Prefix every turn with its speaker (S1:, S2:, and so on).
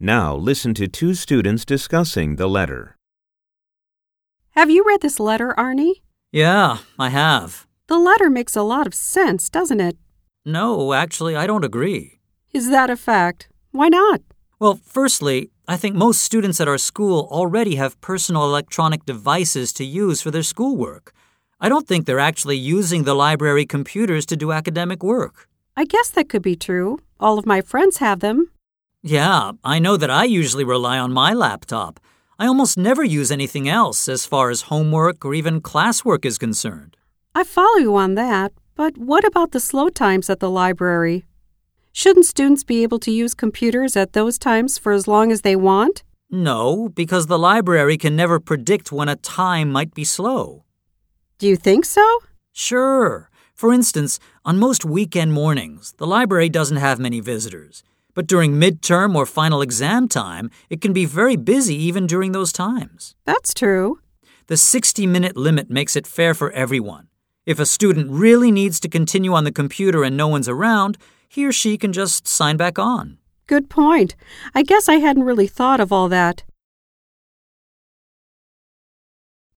S1: Now listen to two students discussing the letter.
S2: Have you read this letter, Arnie?
S3: Yeah, I have.
S2: The letter makes a lot of sense, doesn't it?
S3: No, actually, I don't agree.
S2: Is that a fact? Why not?
S3: Well, firstly, I think most students at our school already have personal electronic devices to use for their schoolwork. I don't think they're actually using the library computers to do academic work.
S2: I guess that could be true. All of my friends have them.
S3: Yeah, I know that I usually rely on my laptop. I almost never use anything else as far as homework or even classwork is concerned.
S2: I follow you on that, but what about the slow times at the library? Shouldn't students be able to use computers at those times for as long as they want?
S3: No, because the library can never predict when a time might be slow.
S2: Do you think so?
S3: Sure. For instance, on most weekend mornings, the library doesn't have many visitors. But during midterm or final exam time, it can be very busy even during those times.
S2: That's true.
S3: The 60 minute limit makes it fair for everyone. If a student really needs to continue on the computer and no one's around, he or she can just sign back on.
S2: Good point. I guess I hadn't really thought of all that.